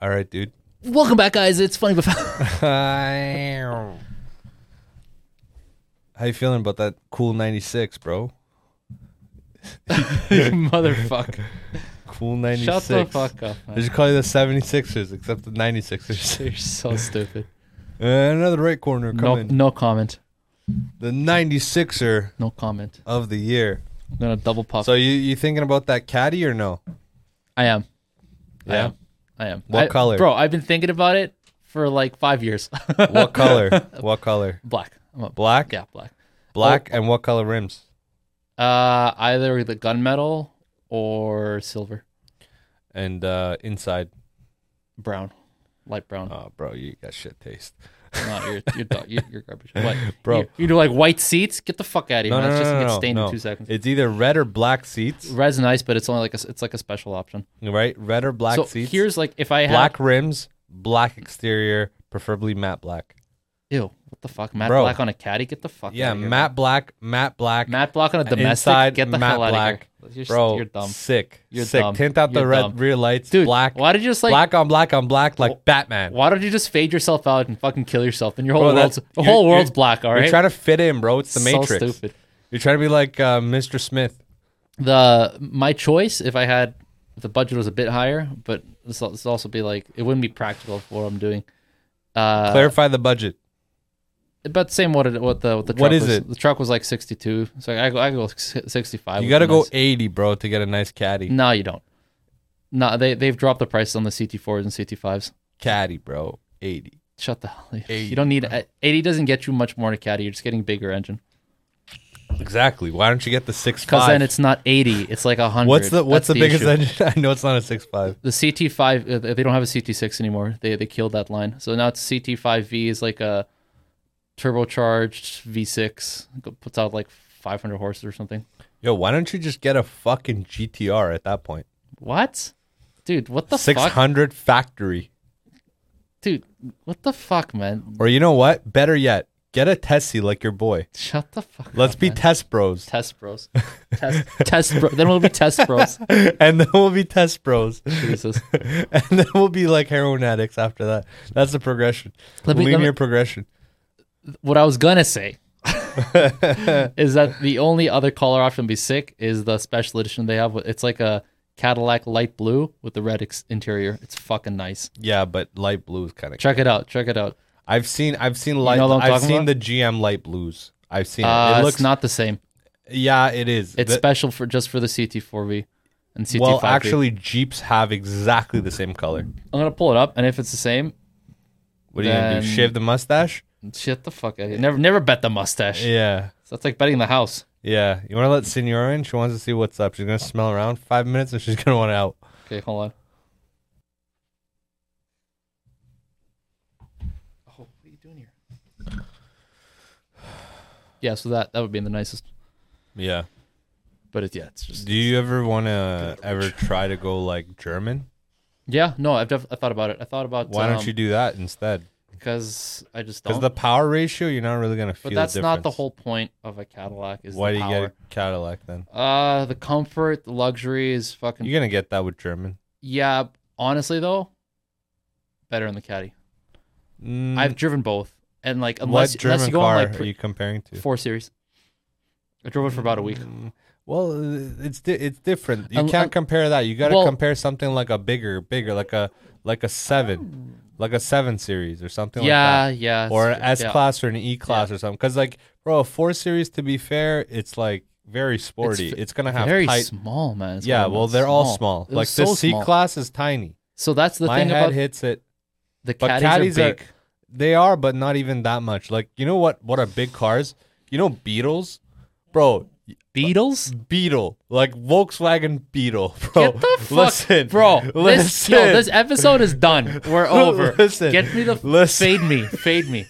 All right, dude. Welcome back, guys. It's funny, but Foul. How you feeling about that cool 96, bro? motherfucker. Cool 96. Shut the fuck up, They man. should call you the 76ers, except the 96ers. You're so stupid. And another right corner No, coming. no comment. The 96er No comment. of the year. I'm gonna double pop. So you you thinking about that caddy or no? I am. I Yeah. am. I am. What I- color? bro? I've been thinking about it for like five years. What color? what color? black. I'm a black. Black? Yeah, black. Black and what color rims? Uh, either the gunmetal or silver, And uh inside. brown, light brown. Oh, bro, you got shit taste. Not your your dog. You're, you're garbage, What? Oh. Bro. You, you do like white seats? Get the fuck out of here! No, man. no, it's no, just no, gonna get no, stained no. in two seconds. It's either red or black seats, Red's nice, but it's only like a, s- it's like a special option. right? Red or black so seats. here's like if I had black rims, black exterior, preferably matte black. ew, what the fuck, matte Bro. black on a caddy? Get the fuck Yeah, outta here, matte black, matte black. man. matte black on a domestic. inside, get the matte hell out black. of here, You're s- Bro, You're dumb, sick. You're sick. dumb. Tint out the You're red dumb. rear lights, dude. black. Why did you just like? black on black on black like Batman. Why don't you just fade yourself out and fucking kill yourself? And your whole Bro, that's- world's the you're- whole you're- world's black. All You're right, trying to fit in, bro. It's the so Matrix. stupid. You're trying to be like uh, Mr. Smith. the my choice if I had if the budget was a bit higher, but this al- this also be like it wouldn't be practical for what I'm doing. Uh, Clarify the budget. But same what it, what the what the truck What is was, it? The truck was like 62, so I go I go sixty five. You got to go 80, bro, to get a nice caddy. No, you don't. No, they they've dropped the prices on the CT4s and CT5s. Caddy, bro. 80. Shut the hell. you 80, don't need uh, eighty. Doesn't get you much more in a caddy. You're just getting bigger engine. Exactly. Why don't you get the six Because five? then it's not eighty. It's like hundred. what's the what's the, biggest engine? I know it's not a six five. the CT5 uh, they don't have a CT6 anymore. They they killed that line. So now it's CT5V is like a turbocharged V6 Go- puts out like 500 horses or something. Yo, why don't you just get a fucking GTR at that point? What? Dude, what the Six fuck? hundred factory. Dude, what the fuck, man? Or you know what? Better yet, get a Tessie like your boy. Shut the fuck Let's up, be man. test bros. test bros. Test test bro. Then we'll be test bros. and then we'll be test bros. Jesus. and then we'll be like heroin addicts after that. That's the progression. Let me- let Linear me- progression. What I was gonna say is that the only other color option be sick is the special edition they have. It's like a Cadillac light blue with the red ex- interior. It's fucking nice. Yeah, but light blue is kind of. Check it out. Check it out. I've seen I've seen light. know what I'm I've talking seen about? the GM light blues. I've seen Uh, it. It it's looks not the same. Yeah, it is. It's The- special for just for the CT4V and CT5V. well, actually, Jeeps have exactly the same color. I'm gonna pull it up, and if it's the same, What are you gonna do? Then- Shave the mustache? shit, the fuck out of here. Never, never bet the mustache. Yeah. That's like betting the house. Yeah, you want to let Senora in? She wants to see what's up. She's gonna smell around five minutes, and she's gonna want out. Okay, hold on. Oh, what are you doing here? Yeah, so that that would be the nicest. Yeah. But it, yeah, it's just Do you ever want to ever try to go like German? yeah. No, I've def- I thought about it. I thought about Why don't you do that instead? Because I just Because don't. the power ratio, you're not really gonna feel. but the that's not the difference. whole point of a Cadillac. Is Why do the you power. get a Cadillac then? Uh, the comfort, the luxury is fucking. You're gonna get that with German. yeah, honestly though, better in the caddy. Mm, I've driven both, and like what unless German unless you go car on like are pre- you comparing to? four series, I drove it for about a week. Mm, Well, it's di- it's different. You Un- can't un- compare that. You got to well- compare something like a bigger, bigger, like a like a seven, like a seven series or something. like that. yeah, yeah, or an S it's- yeah. class or an E class or something. Because like, bro, a four series to be fair, it's like very sporty. It's, v- gonna have Very tight. small, man. It's yeah, one of well, those they're all small. It was Like so this C small. class is tiny. So that's the My thing head about hits it. the but caddies, caddies are are- big. They are, but not even that much. Like you know what? What are big cars? You know Beetles, bro. Beetles. Beetle, like Volkswagen Beetle, bro. Get the fuck, listen, bro. Listen, This, yo, this episode is done. We're over. Listen. Get me the Listen. fade me, fade me.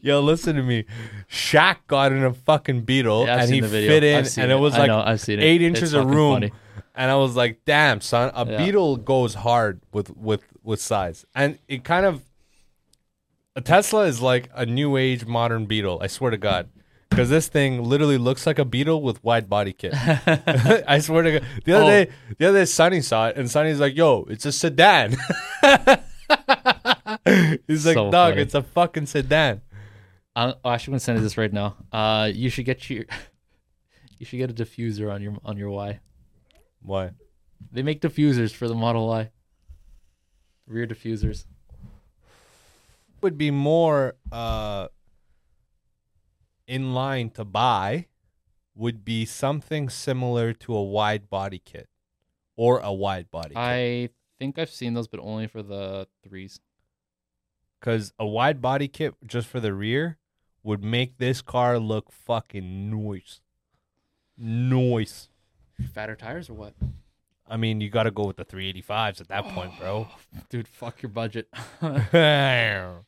Yo, listen to me. Shaq got in a fucking Beetle Yeah, I've and seen he the video. fit in, I've seen and it it. was I like know, I've seen it. eight It's inches of fucking room. funny. And I was like, "Damn, son, a Yeah. Beetle goes hard with with with size." And it kind of a Tesla is like a new age modern Beetle. I swear to God, because this thing literally looks like a beetle with wide body kit. I swear to God. The other Oh. day, the other day, Sonny saw it, and Sonny's like, "Yo, it's a sedan." He's like, So "Dog, funny. it's a fucking sedan." I'm I'm actually gonna send you this right now. Uh, you should get your, you should get a diffuser on your on your Y. Why? They make diffusers for the Model Y. Rear diffusers. Would be more uh, in line to buy would be something similar to a wide body kit or a wide body kit I think I've seen those, but only for the threes. because a wide body kit just for the rear would make this car look fucking noise. Noise. Fatter tires or what? I mean, you got to go with the 385s at that point, bro. Dude, fuck your budget. but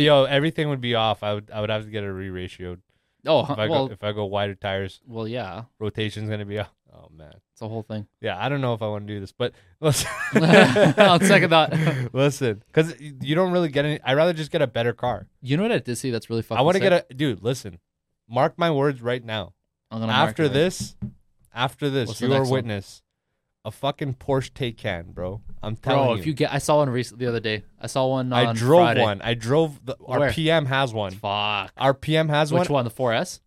yo, everything would be off. I would I would have to get it re-ratioed. oh, If huh, I well, go if I go wider tires, well, yeah, rotation's gonna be off. Oh man. it's a whole thing. Yeah, I don't know if I want to do this, but listen. I'll second that. Listen, because you don't really get any. I'd rather just get a better car. You know what I did see that's really fucking. I want to sick? get a dude. Listen, mark my words right now. I'm gonna mark it after right- this, after this, What's the you are next one? witness. A fucking Porsche Taycan, bro. I'm telling bro, you. if you get, I saw one recently the other day. I saw one. On I drove Friday. one. I drove. The, our Where? PM has one. Fuck. Our PM has Which one. one? The 4S.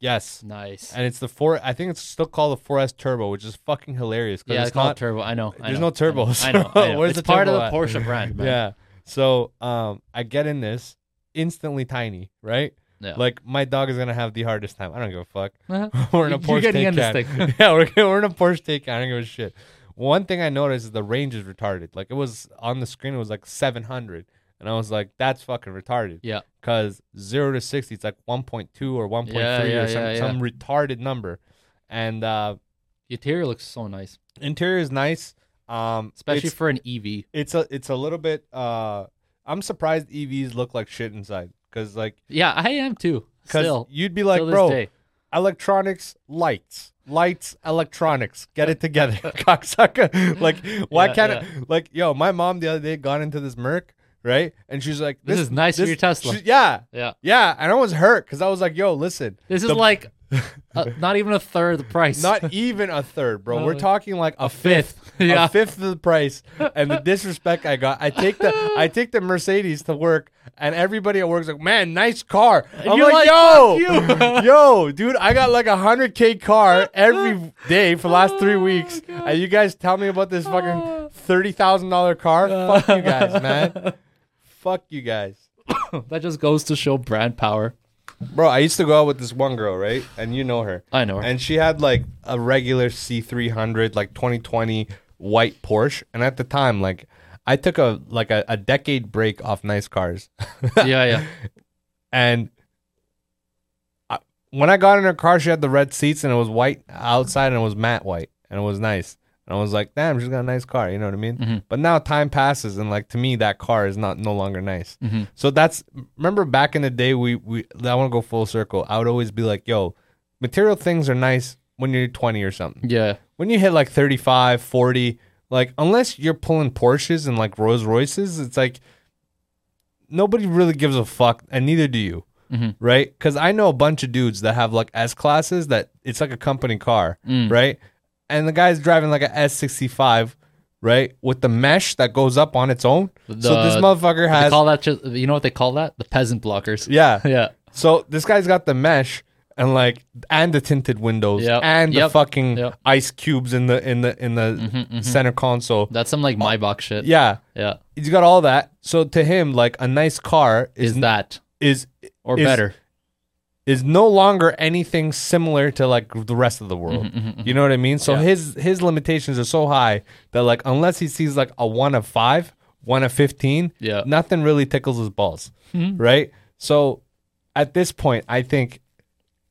Yes, Nice. and it's the four. I think it's still called the 4S Turbo, which is fucking hilarious. 'cause Yeah, it's it's called not. turbo. I know. I there's know, no turbos. I know. I know. Where's it's the part of turbo the at? Porsche brand, man. Yeah. So um, I get in this instantly tiny, right? Yeah. Like my dog is gonna have the hardest time. I don't give a fuck. Uh-huh. we're in a You- Porsche you're getting in this Taycan. thing. yeah, we're, we're in a Porsche Taycan. I don't give a shit. One thing I noticed is the range is retarded. Like it was on the screen, it was like 700, and I was like, that's fucking retarded. Yeah. Because zero to 60, it's like 1.2 or 1.3 or yeah, some, yeah, some retarded number, and uh, The interior looks so nice, interior is nice. Um, especially it's- for an E EV. it's a it's a little bit uh i'm surprised evs look like shit inside because like Yeah, I am too. because Still, you'd be like till this bro day. electronics lights lights electronics get it together cocksucker like why Yeah, can't it like yo my mom the other day got into this merc right and she's like This is nice for your Tesla. she- yeah Yeah, yeah and i was hurt because i was like yo listen this is the- like uh, not even a third of the price. not even a third bro No, we're like- talking like a Uh, fifth. a yeah, fifth of the price and the disrespect I got. I take the I take the Mercedes to work and everybody at work's like, man, nice car. I'm you're like, like, yo, yo, dude, I got like a hundred K car every day for the last three Oh, weeks. God. Oh. And you guys tell me about this fucking thirty thousand dollar car. Fuck you guys, man. Fuck you guys. that just goes to show brand power. Bro, I used to go out with this one girl, right? And you know her. I know. her. And she had like a regular C300, like 2020 white Porsche. And at the time, like I took a like a, a decade break off nice cars. yeah, yeah. And I, when I got in her car, she had the red seats and it was white outside and it was matte white and it was nice. And I was like, damn, she's got a nice car. You know what I mean? Mhm. But now time passes and like to me, that car is not no longer nice. Mhm. So that's remember back in the day we we I want to go full circle. I would always be like, yo, material things are nice when you're 20 or something. Yeah, When you hit like 35, 40, like unless you're pulling Porsches and like Rolls Royces, it's like nobody really gives a fuck, and neither do you. Mhm. Right? Because I know a bunch of dudes that have like S classes that it's like a company car, Mm. right? And the guy's driving like a S65, right? With the mesh that goes up on its own. so this The- motherfucker they has call that just, you know what they call that? The peasant blockers. yeah. yeah. So this guy's got the mesh and like and the tinted windows Yep. and the Yep. fucking Yep. Mm-hmm, ice cubes in the in the in the center console. That's some like my box shit. Yeah. yeah. He's got all that. So to him, like a nice car is Is that is or is- better? is no longer anything similar to like the rest of the world. You know what I mean? So Mm-hmm, Yeah. his his limitations are so high that like unless he sees like a one of five, one of fifteen, Yeah. Mm-hmm. nothing really tickles his balls, right? So at this point, I think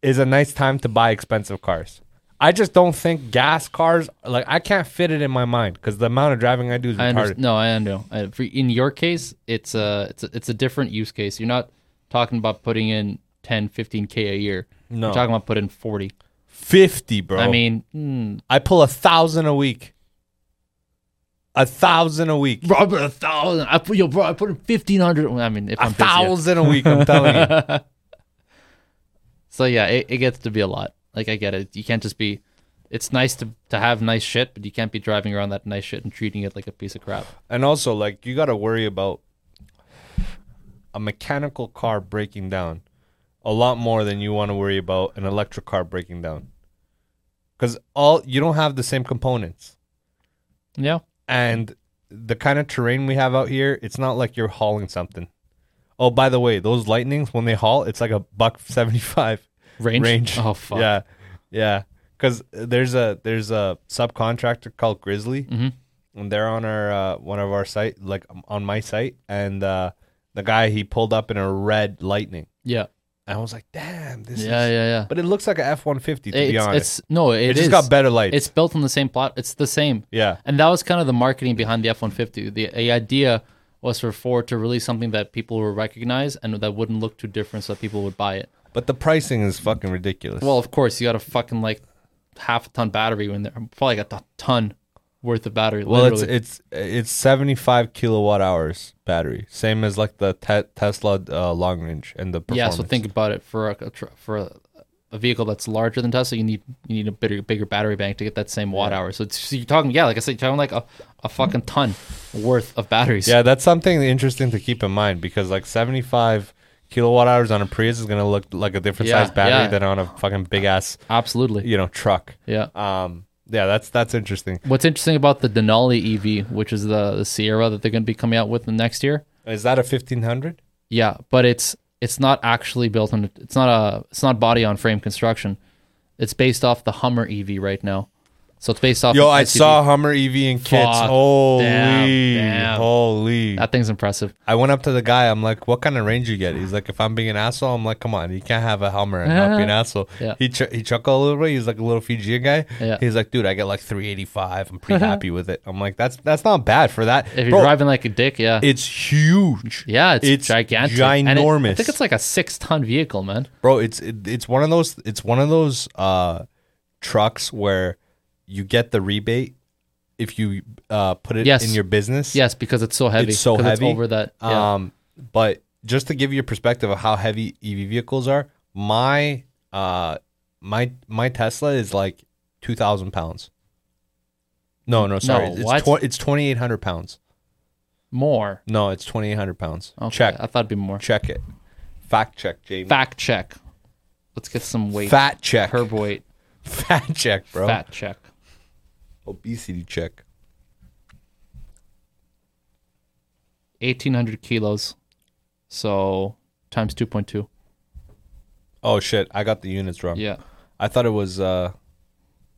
is a nice time to buy expensive cars. I just don't think gas cars like I can't fit it in my mind because the amount of driving I do is I under- retarded. no, I know. I, for, in your case, it's a it's a, it's a different use case. You're not talking about putting in 10, 15 k a year. No. you're talking about putting forty. Fifty, bro. I mean, mm, I pull a thousand a week. A thousand a week. bro, I put a thousand. I put yo, bro, I put in fifteen hundred. I mean, if A I'm busy, thousand a week, I'm telling you. So yeah, it, it gets to be a lot. Like I get it. You can't just be. It's nice to to have nice shit, but you can't be driving around that nice shit and treating it like a piece of crap. And also, like, you got to worry about a mechanical car breaking down a lot more than you want to worry about an electric car breaking down. Because all you don't have the same components, Yeah. and the kind of terrain we have out here, it's not like you're hauling something. Oh, by the way, those lightnings when they haul, it's like a buck seventy-five Range. range. Oh fuck. Yeah, yeah. Because there's a there's a subcontractor called Grizzly, Mhm. and they're on our uh, one of our site, like um, on my site, and uh, the guy he pulled up in a red Lightning, Yeah. and I was like, damn, this. Yeah. is... Yeah. Yeah. But it looks like a F one fifty to it's, be honest. it's no. It, it is. just got better lights. It's built on the same plot. It's the same. yeah, And that was kind of the marketing behind the F one fifty. The the idea was for Ford to release something that people would recognize and that wouldn't look too different, so that people would buy it. but the pricing is fucking ridiculous. Well, of course, you got a fucking like half a ton battery in there. Probably got a ton worth of battery. well, it's literally. it's it's seventy five kilowatt hours battery, same as like the te- Tesla uh, long range and the yeah. performance. So think about it for a a tr- for a, a vehicle that's larger than Tesla, you need you need a bigger bigger battery bank to get that same watt hour. So, it's, so you're talking, yeah, like I said, you're talking like a, a fucking ton worth of batteries. Yeah, that's something interesting to keep in mind because like 75 kilowatt hours on a Prius is gonna look like a different Yeah, size battery yeah. than on a fucking big ass absolutely. you know truck. Yeah. Um, yeah, that's that's interesting. What's interesting about the Denali EV, which is the, the Sierra that they're going to be coming out with in next year, Is that a 1500? Yeah, but it's it's not actually built on it's not a it's not body on frame construction. It's based off the Hummer EV right now. So it's based off Yo, an I SUV. saw Hummer EV in kits. Fuck, holy, damn, damn. holy! that thing's impressive. I went up to the guy. I'm like, "What kind of range you get?" He's like, "If I'm being an asshole, I'm like, come on, you can't have a Hummer and not be an asshole." Yeah. He ch- he chuckled a little bit. He's like a little Fijian guy. Yeah. He's like, "Dude, I get like 385. I'm pretty happy with it." I'm like, "That's that's not bad for that." If you're Bro, driving like a dick, yeah. It's huge. yeah, it's, it's gigantic. And it- I ginormous. think it's like a six ton vehicle, man. Bro, it's it, it's one of those it's one of those uh trucks where you get the rebate if you uh put it Yes. in your business. Yes, because it's so heavy. It's so 'cause heavy. over that. Yeah. Um but just to give you a perspective of how heavy EV vehicles are, my uh my my Tesla is like 2000 pounds. No, no, sorry. what? it's tw- it's 2800 pounds. more. No, it's 2800 pounds. Okay, Check. I thought it'd be more. Check it. Fact check, Jamie. Fact check. Let's get some weight. Fat check. Curb weight. Fat check, bro. Fat check. Obesity check. Eighteen hundred kilos. So times two point two. Oh shit, I got the units wrong. Yeah. I thought it was uh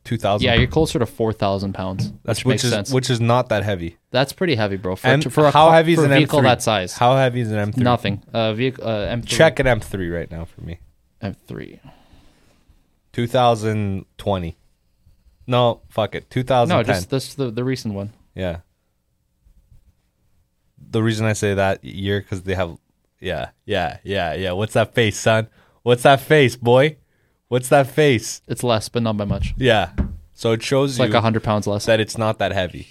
2000. Yeah, you're closer to four thousand pounds. that's which, which makes is sense. which is not that heavy. that's pretty heavy, bro. For, And for a, how car- heavy is for a an vehicle M3? that size? How heavy is an M3? Nothing. Uh, vehicle uh, M3, Check an M3 right now for me. M3. 2020. No, fuck it. 2010. No, just that's the the recent one. yeah. The reason I say that year cuz they have yeah, yeah, yeah, yeah. What's that face, son? What's that face, boy? What's that face? It's less, but not by much. Yeah. So it shows It's you like hundred pounds less. that it's not that heavy.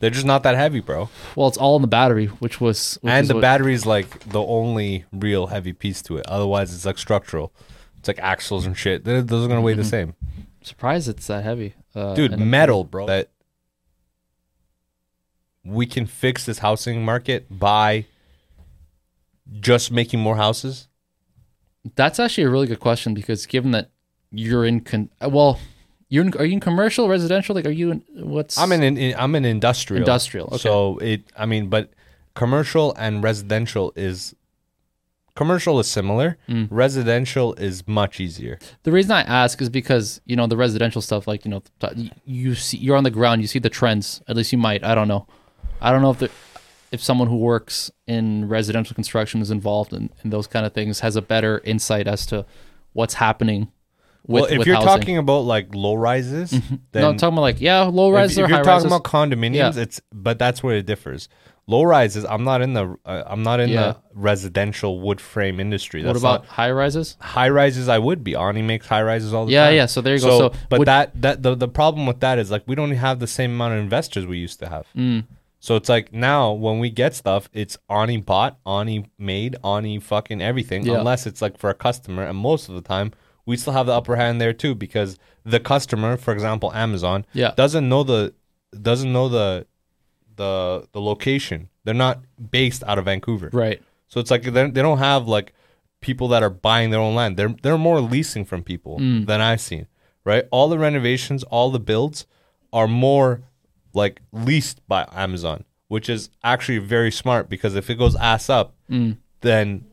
They're just not that heavy, bro. well, it's all in the battery, which was which and is the what- battery's like the only real heavy piece to it. Otherwise, it's like structural. It's like axles and shit. They- Those are gonna weigh Mm-hmm. the same, Surprised it's that heavy, uh, dude. and I'm- metal, bro. That we can fix this housing market by just making more houses. That's actually a really good question because given that you're in con, uh, well, you're in, are you in commercial, residential? Like, are you in what's? I'm an in, I'm an industrial. Industrial, okay. So it. I mean, but commercial and residential is commercial is similar. Mm. Residential is much easier. The reason I ask is because you know the residential stuff, like you know, t- you see, you're on the ground, you see the trends. At least you might. I don't know. I don't know if the, if someone who works in residential construction is involved in, in those kind of things has a better insight as to what's happening. With, well, if with you're housing. Mm-hmm. talking about like low rises, then no, I'm talking about like yeah, low if- rises if, or high you're talking rises. about condominiums, Yeah. it's but that's where it differs. Low rises, I'm not in the uh, I'm not in Yeah. the residential wood frame industry. what That's about not- high rises? high rises? I would be. Ani makes high rises all the Yeah, time. yeah, so there you go. So but would- Mm. that that the the problem with that is like we don't have the same amount of investors we used to have. So it's like now when we get stuff, it's Ani bought, Ani made, Ani fucking everything, Yeah. unless it's like for a customer. And most of the time, we still have the upper hand there too because the customer, for example, Amazon, Yeah. doesn't know the doesn't know the the the location. They're not based out of Vancouver, Right. so it's like they're- they don't have like people that are buying their own land. They're they're more leasing from people than I've seen. Right? All the renovations, all the builds are more like leased by Amazon, which is actually very smart because if it goes ass up, then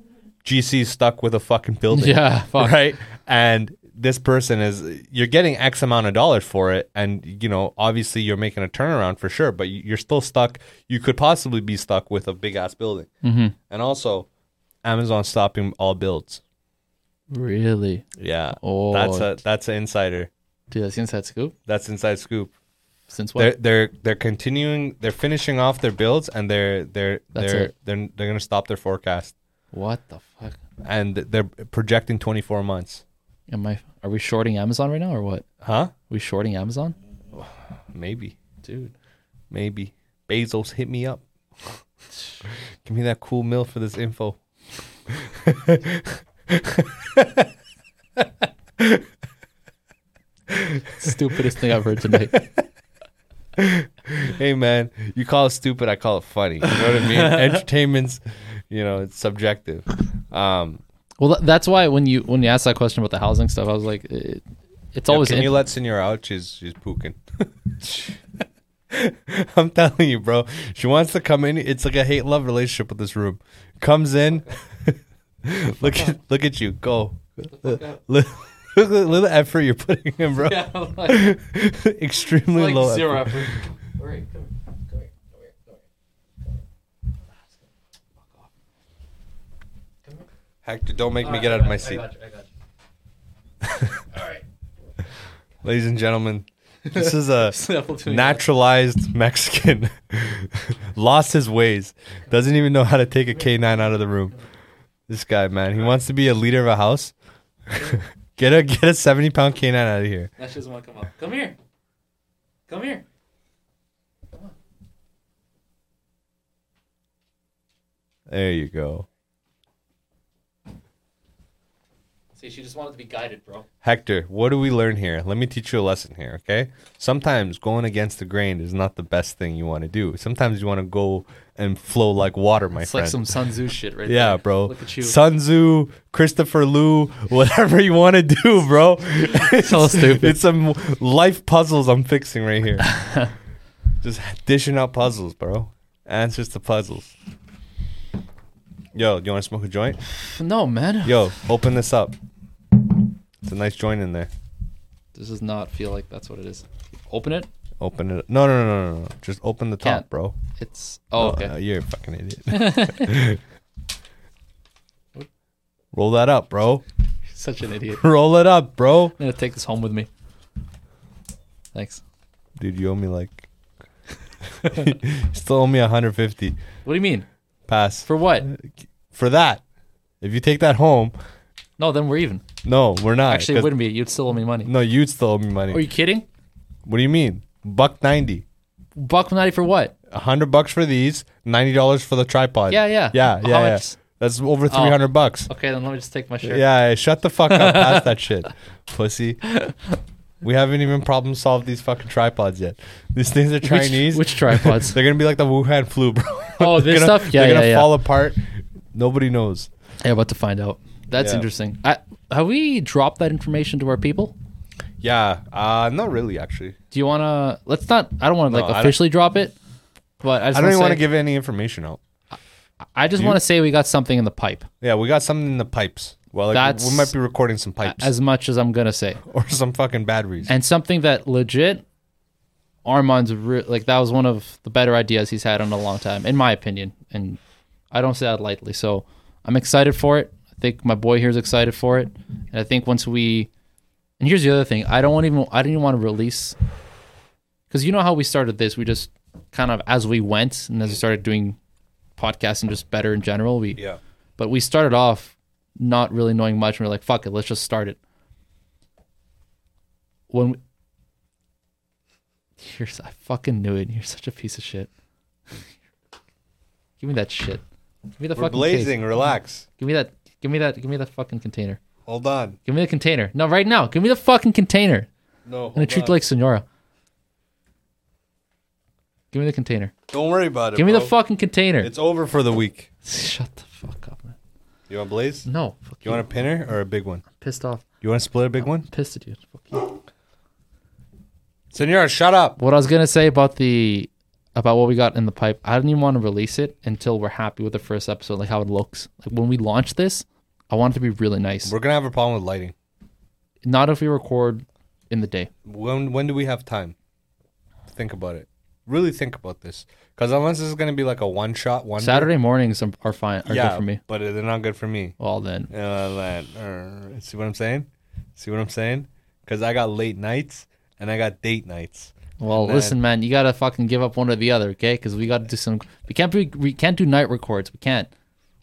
GC's stuck with a fucking building. Yeah. Fuck. Right? And this person is you're getting X amount of dollars for it, and you know obviously you're making a turnaround for sure, but you- you're still stuck. You could possibly be stuck with a big ass building, Mm-hmm. and also Amazon stopping all builds. Really? Yeah, Oh. that's a that's an insider. Dude, that's the inside scoop. That's inside scoop. Since They're what? they're they're continuing. They're finishing off their builds, and they're they're That's they're it. they're they're gonna stop their forecast, What the fuck? and they're projecting 24 months. Am I? Are we shorting Amazon right now or what? Huh? we shorting Amazon? Maybe. Dude. Maybe. Bezos, hit me up. Give me that cool mill for this info. Stupidest thing I've heard tonight. Hey, man, you call it stupid, I call it funny. You know what I mean? Entertainment's, you know, it's subjective. Um, Well, th- that's why when you when you asked that question about the housing stuff, I was like, it, it's always can in- you let Senor out? She's, she's puking. I'm telling you, bro. She wants to come in. It's like a hate love relationship with this room. Comes in. look at look at you. Go. Look, look, look at the effort you're putting in, bro. Extremely low. effort. effort. Hector, don't make me get out of my seat. Ladies and gentlemen, this is a naturalized Mexican. Lost his ways. Doesn't even know how to take a K9 out of the room. This guy, man, he wants to be a leader of a house. get a get a 70 pound K9 out of here. That doesn't want to come up. Come here. Come here. There you go. See, she just wanted to be guided, bro. Hector, what do we learn here? Let me teach you a lesson here, okay? Sometimes going against the grain is not the best thing you want to do. Sometimes you want to go and flow like water, my It's friend. like some Sun Tzu shit right Yeah, there. bro. Look at you. Sun Tzu, Christopher Liu, whatever you want to do, bro. it's So stupid. It's some life puzzles I'm fixing right here. Just dishing out puzzles, bro. Answers to puzzles. Yo, do you want to smoke a joint? no, man. Yo, open this up. It's a nice joint in there. This does not feel like that's what it is. Open it. Open it. No, no, no, no, no. no. Just open the top, Can't. bro. It's. Oh, No, okay. no, you're a fucking idiot. Roll that up, bro. Such an idiot. I'm Roll it up, bro. gonna take this home with me. Thanks. Dude, you owe me like. you still owe me 150. What do you mean? Pass. For, For what? for that. If you take that home, No, Oh, then we're even. no, we're not. Actually, it 'cause- wouldn't be. You'd still owe me money. No, you'd still owe me money. Are you kidding? what do you mean? Buck 90. Buck ninety for what? 100 bucks for these, $90 for the tripod. Yeah, yeah. Yeah, yeah. How yeah. much? Oh. That's over 300 bucks. Okay, then let me just take my shirt. Yeah, yeah, shut the fuck up. Pass that shit, pussy. We haven't even problem solved these fucking tripods yet. These things are Chinese. Which, which tripods? They're gonna be like the Wuhan flu, bro. Oh, this They're gonna- stuff? Yeah, they're gonna yeah, yeah. fall apart. Nobody knows. yeah, about to find out. That's Yeah. interesting. I, have we dropped that information to our people? Yeah, uh, not really, actually. Do you want to? Let's not. I don't want to No, I like don't- officially drop it. But I just I don't even want want to give any information out. I just you- want to say we got something in the pipe. Yeah, we got something in the pipes. Well, like, we- we That's- might be recording some pipes As much as I'm gonna say, or some fucking batteries. and something that legit, Armand's re- like that was one of the better ideas he's had in a long time, in my opinion. And I don't say that lightly. So I'm excited for it. I think my boy here's excited for it, and I think once we, and here's the other thing, I don't want even I didn't even want to release, because you know how we started this, we just kind of as we went and as we started doing podcasts and just better in general, we yeah, but we started off not really knowing much and we are like fuck it let's just start it when we you're, s- i fucking knew it you're such a piece of shit Give me that shit. Give me the We're fucking case. blazing. Relax. Give me that. Give me that. Give me the fucking container. Hold on. Give me the container. No, right now. Give me the fucking container. No. I'm gonna hold treat on. you like Senora. Give me the container. Don't worry about it. Give me the bro. fucking container. It's over for the week. Shut the fuck up, man. You want blaze? No, fuck you. You want a pinner or a big one? pissed off. You want to split a big one? Pissed at you. Fuck you. Senor, shut up. What I was gonna say about the about what we got in the pipe, I didn't even want to release it until we're happy with the first episode, like how it looks. Like when we launch this, I want it to be really nice. We're gonna have a problem with lighting. Not if we record in the day. Mm-hmm. When when do we have time? Think about it. Really think about this, because unless this is gonna be like a one shot one Saturday mornings are, are fine. Are yeah, good for me. but they're not good for me. Well then, Uh, like, uh, see what I'm saying? See what I'm saying? Because I got late nights and I got date nights. well then- listen, man, you gotta fucking give up one or the other, okay? Because we gotta do some. We can't be. We can't do night records. We can't.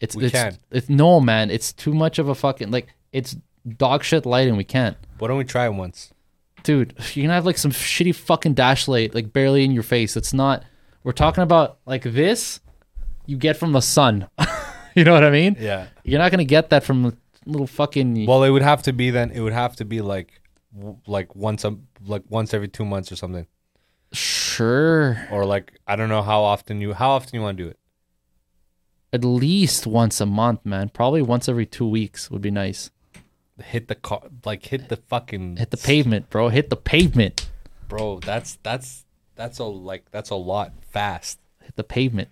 It's We it's can. it's no man. It's too much of a fucking like. It's dog shit lighting. We can't. Why don't we try it once? dude, you're gonna have like some shitty fucking dash light, like barely in your face. It's not. We're talking about like this. You get from the sun. you know what I mean? Yeah. You're not gonna get that from little fucking. Well, it would have to be then. It would have to be like, w- like once a like once every two months or something, sure, or like I don't know how often you how often you want to do it. at least once a month, man. Probably once every two weeks would be nice. Hit the car, like hit the fucking Hit the pavement, bro. Hit the pavement. bro. That's that's that's a like that's a lot fast. Hit the pavement.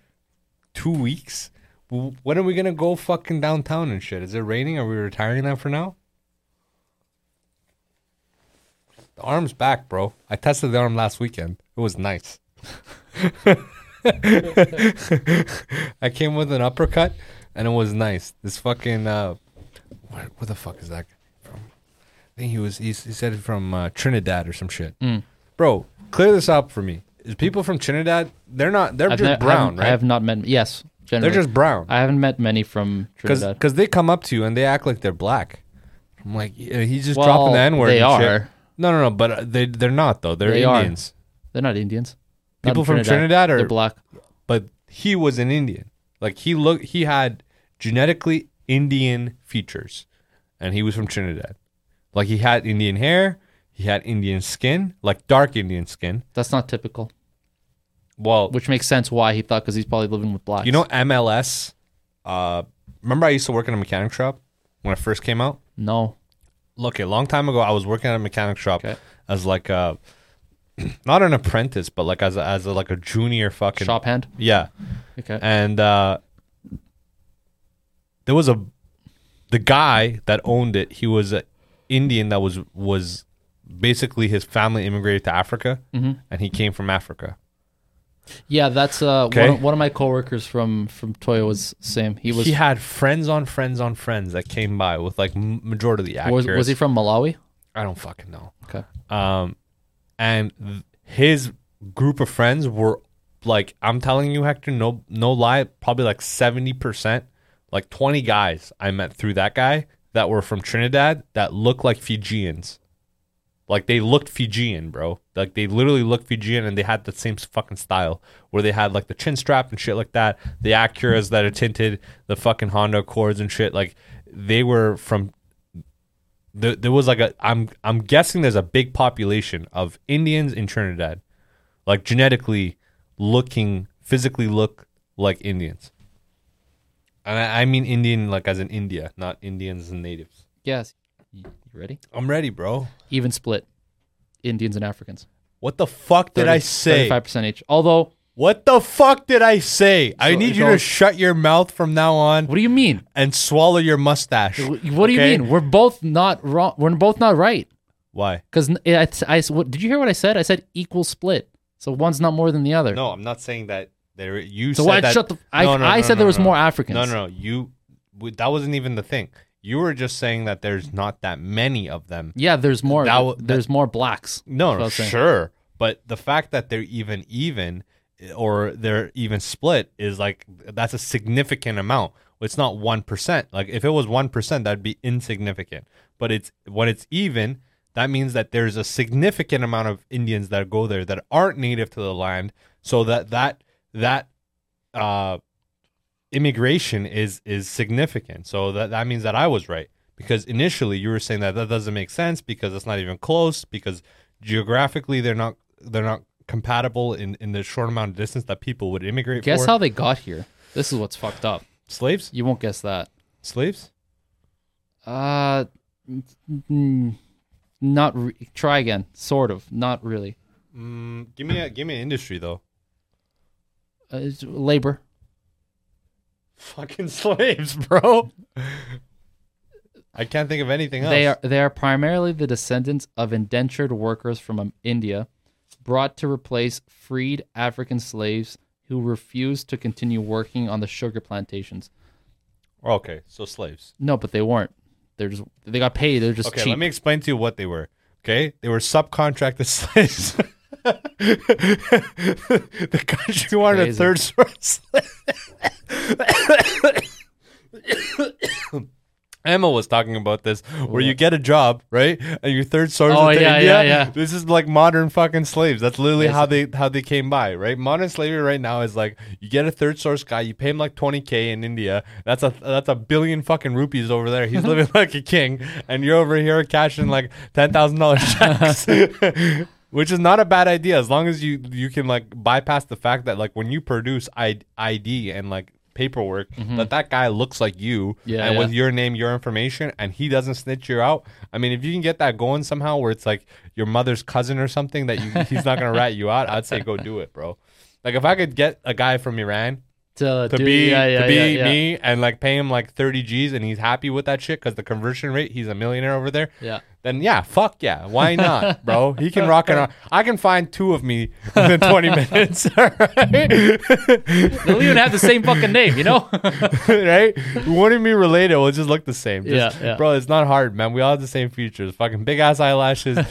Two weeks. W- When are we gonna go fucking downtown and shit? Is it raining? Are we retiring that for now? The arm's back, bro. I tested the arm last weekend. It was nice. I came with an uppercut, and it was nice. This fucking uh, where, where the fuck is that guy from? I think he was. He's, he said it from uh, Trinidad or some shit. Mm. Bro, clear this up for me. Is people from Trinidad? They're not. They're I've just ne- I brown, haven't- right? I have not met. Yes, generally. they're just brown. I haven't met many from Trinidad. Because they come up to you and they act like they're black. I'm like, yeah, he's just dropping Well, the N word. they Shit. are. No, no, no. But uh, they they're not though. They're They are. Indians. They're not Indians. Not in People from Trinidad are- they're black. But he was an Indian. Like he look, he had genetically Indian features, and he was from Trinidad. Like he had Indian hair. He had Indian skin, like dark Indian skin. That's not typical. Well, which makes sense why he thought because he's probably living with blacks. You know MLS? Uh, remember I used to work in a mechanic shop when I first came out? no, Look, a long time ago, I was working at a mechanic shop Okay. as like a, not an apprentice, but like as a, as a, like a junior fucking shop hand. Yeah, Okay, and uh, there was a the guy that owned it. He was an Indian that was was basically his family immigrated to Africa, Mm-hmm. and he came from Africa. yeah, that's uh, Okay. one, of, one of my coworkers from from Toyo was same. He was he had friends on friends on friends that came by with like m- majority of the was, actors. was he from Malawi? I don't fucking know. Okay, Um, and th- his group of friends were like, I'm telling you, Hector, no, no lie, probably like seventy percent, like twenty guys I met through that guy that were from Trinidad that looked like Fijians. Like they looked Fijian, bro. Like they literally looked Fijian, and they had the same fucking style where they had like the chin strap and shit like that, the Acuras that are tinted, the fucking Honda Accords and shit. Like they were from there, there was like a I'm I'm guessing there's a big population of Indians in Trinidad, like genetically looking, physically look like Indians. And I, I mean Indian like as in India, not Indians and natives. yes. You you ready? I'm ready, bro. Even split, Indians and Africans. What the fuck did I say? Thirty-five percent each. Although, What the fuck did I say? I So need it you to goes- shut your mouth from now on what do you mean? and swallow your mustache. What do you okay? mean? We're both not wrong. We're both not right. Why? Because I, I, what, did you hear what I said? I said equal split. So one's not more than the other. No, I'm not saying that. There, you So said why that. shut the? I, No, no, I no, said no, there was no. more Africans. No, no, no. You w- that wasn't even the thing. You were just saying that there's not that many of them. Yeah, there's more. That w- there's more blacks. No, That's what I no, was saying. sure, but the fact that they're even even eh, or they're even split is like that's a significant amount. It's not 1%. Like if it was 1%, that'd be insignificant. But it's when it's even, that means that there's a significant amount of Indians that go there that aren't native to the land, so that that that uh immigration is is significant. So that that means that I was right because initially you were saying that that doesn't make sense because it's not even close because geographically they're not they're not compatible in in the short amount of distance that people would immigrate Guess for. how they got here. This is what's fucked up. slaves? You won't guess that. Slaves? Uh, mm, not re- try again. Sort of. Not really. Mm, give me a give me an industry though. Uh, it's labor. Fucking slaves, bro. I can't think of anything else. They are they are primarily the descendants of indentured workers from um, India, brought to replace freed African slaves who refused to continue working on the sugar plantations. Oh, Okay, so slaves. No, but they weren't. They're just they got paid. They're just Okay, cheap. let me explain to you what they were. Okay, they were subcontracted slaves. the country wanted a crazy. third source. Emma was talking about this, where you get a job, right, and your third source Oh, is to yeah, India. yeah, yeah. This is like modern fucking slaves. That's literally how Basically. they how they came by, right? Modern slavery right now is like you get a third source guy, you pay him like twenty k in India. That's a that's a billion fucking rupees over there. He's living like a king, and you're over here cashing like ten thousand dollars checks. Which is not a bad idea as long as you you can like bypass the fact that like when you produce I- ID and like paperwork that that guy looks like you Mm-hmm. Yeah, and yeah. with your name, your information, and he doesn't snitch you out. I mean, if you can get that going somehow, where it's like your mother's cousin or something that you, he's not gonna rat you out, I'd say go do it, bro. Like if I could get a guy from Iran to, to do- be yeah, yeah, to be yeah, yeah. me and like pay him like thirty G's and he's happy with that shit because the conversion rate, he's a millionaire over there. Yeah. Then yeah, fuck yeah, why not, bro? He can rock and roll. I can find two of me within twenty minutes. all right? They'll even have the same fucking name, you know? right? We wanted me related. We'll just look the same. Just- Yeah, yeah. Bro, it's not hard, man. We all have the same features. Fucking big ass eyelashes,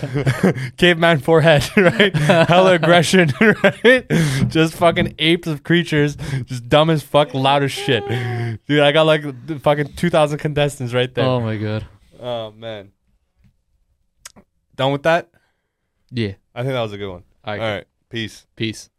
caveman forehead, right? Hella aggression, right? Just fucking apes of creatures, just dumb as fuck, loud as shit. Dude, I got like th- fucking 2,000 contestants right there. oh Oh, my god. man. Done with that? Yeah. I think that was a good one. All right. All right. Peace. Peace.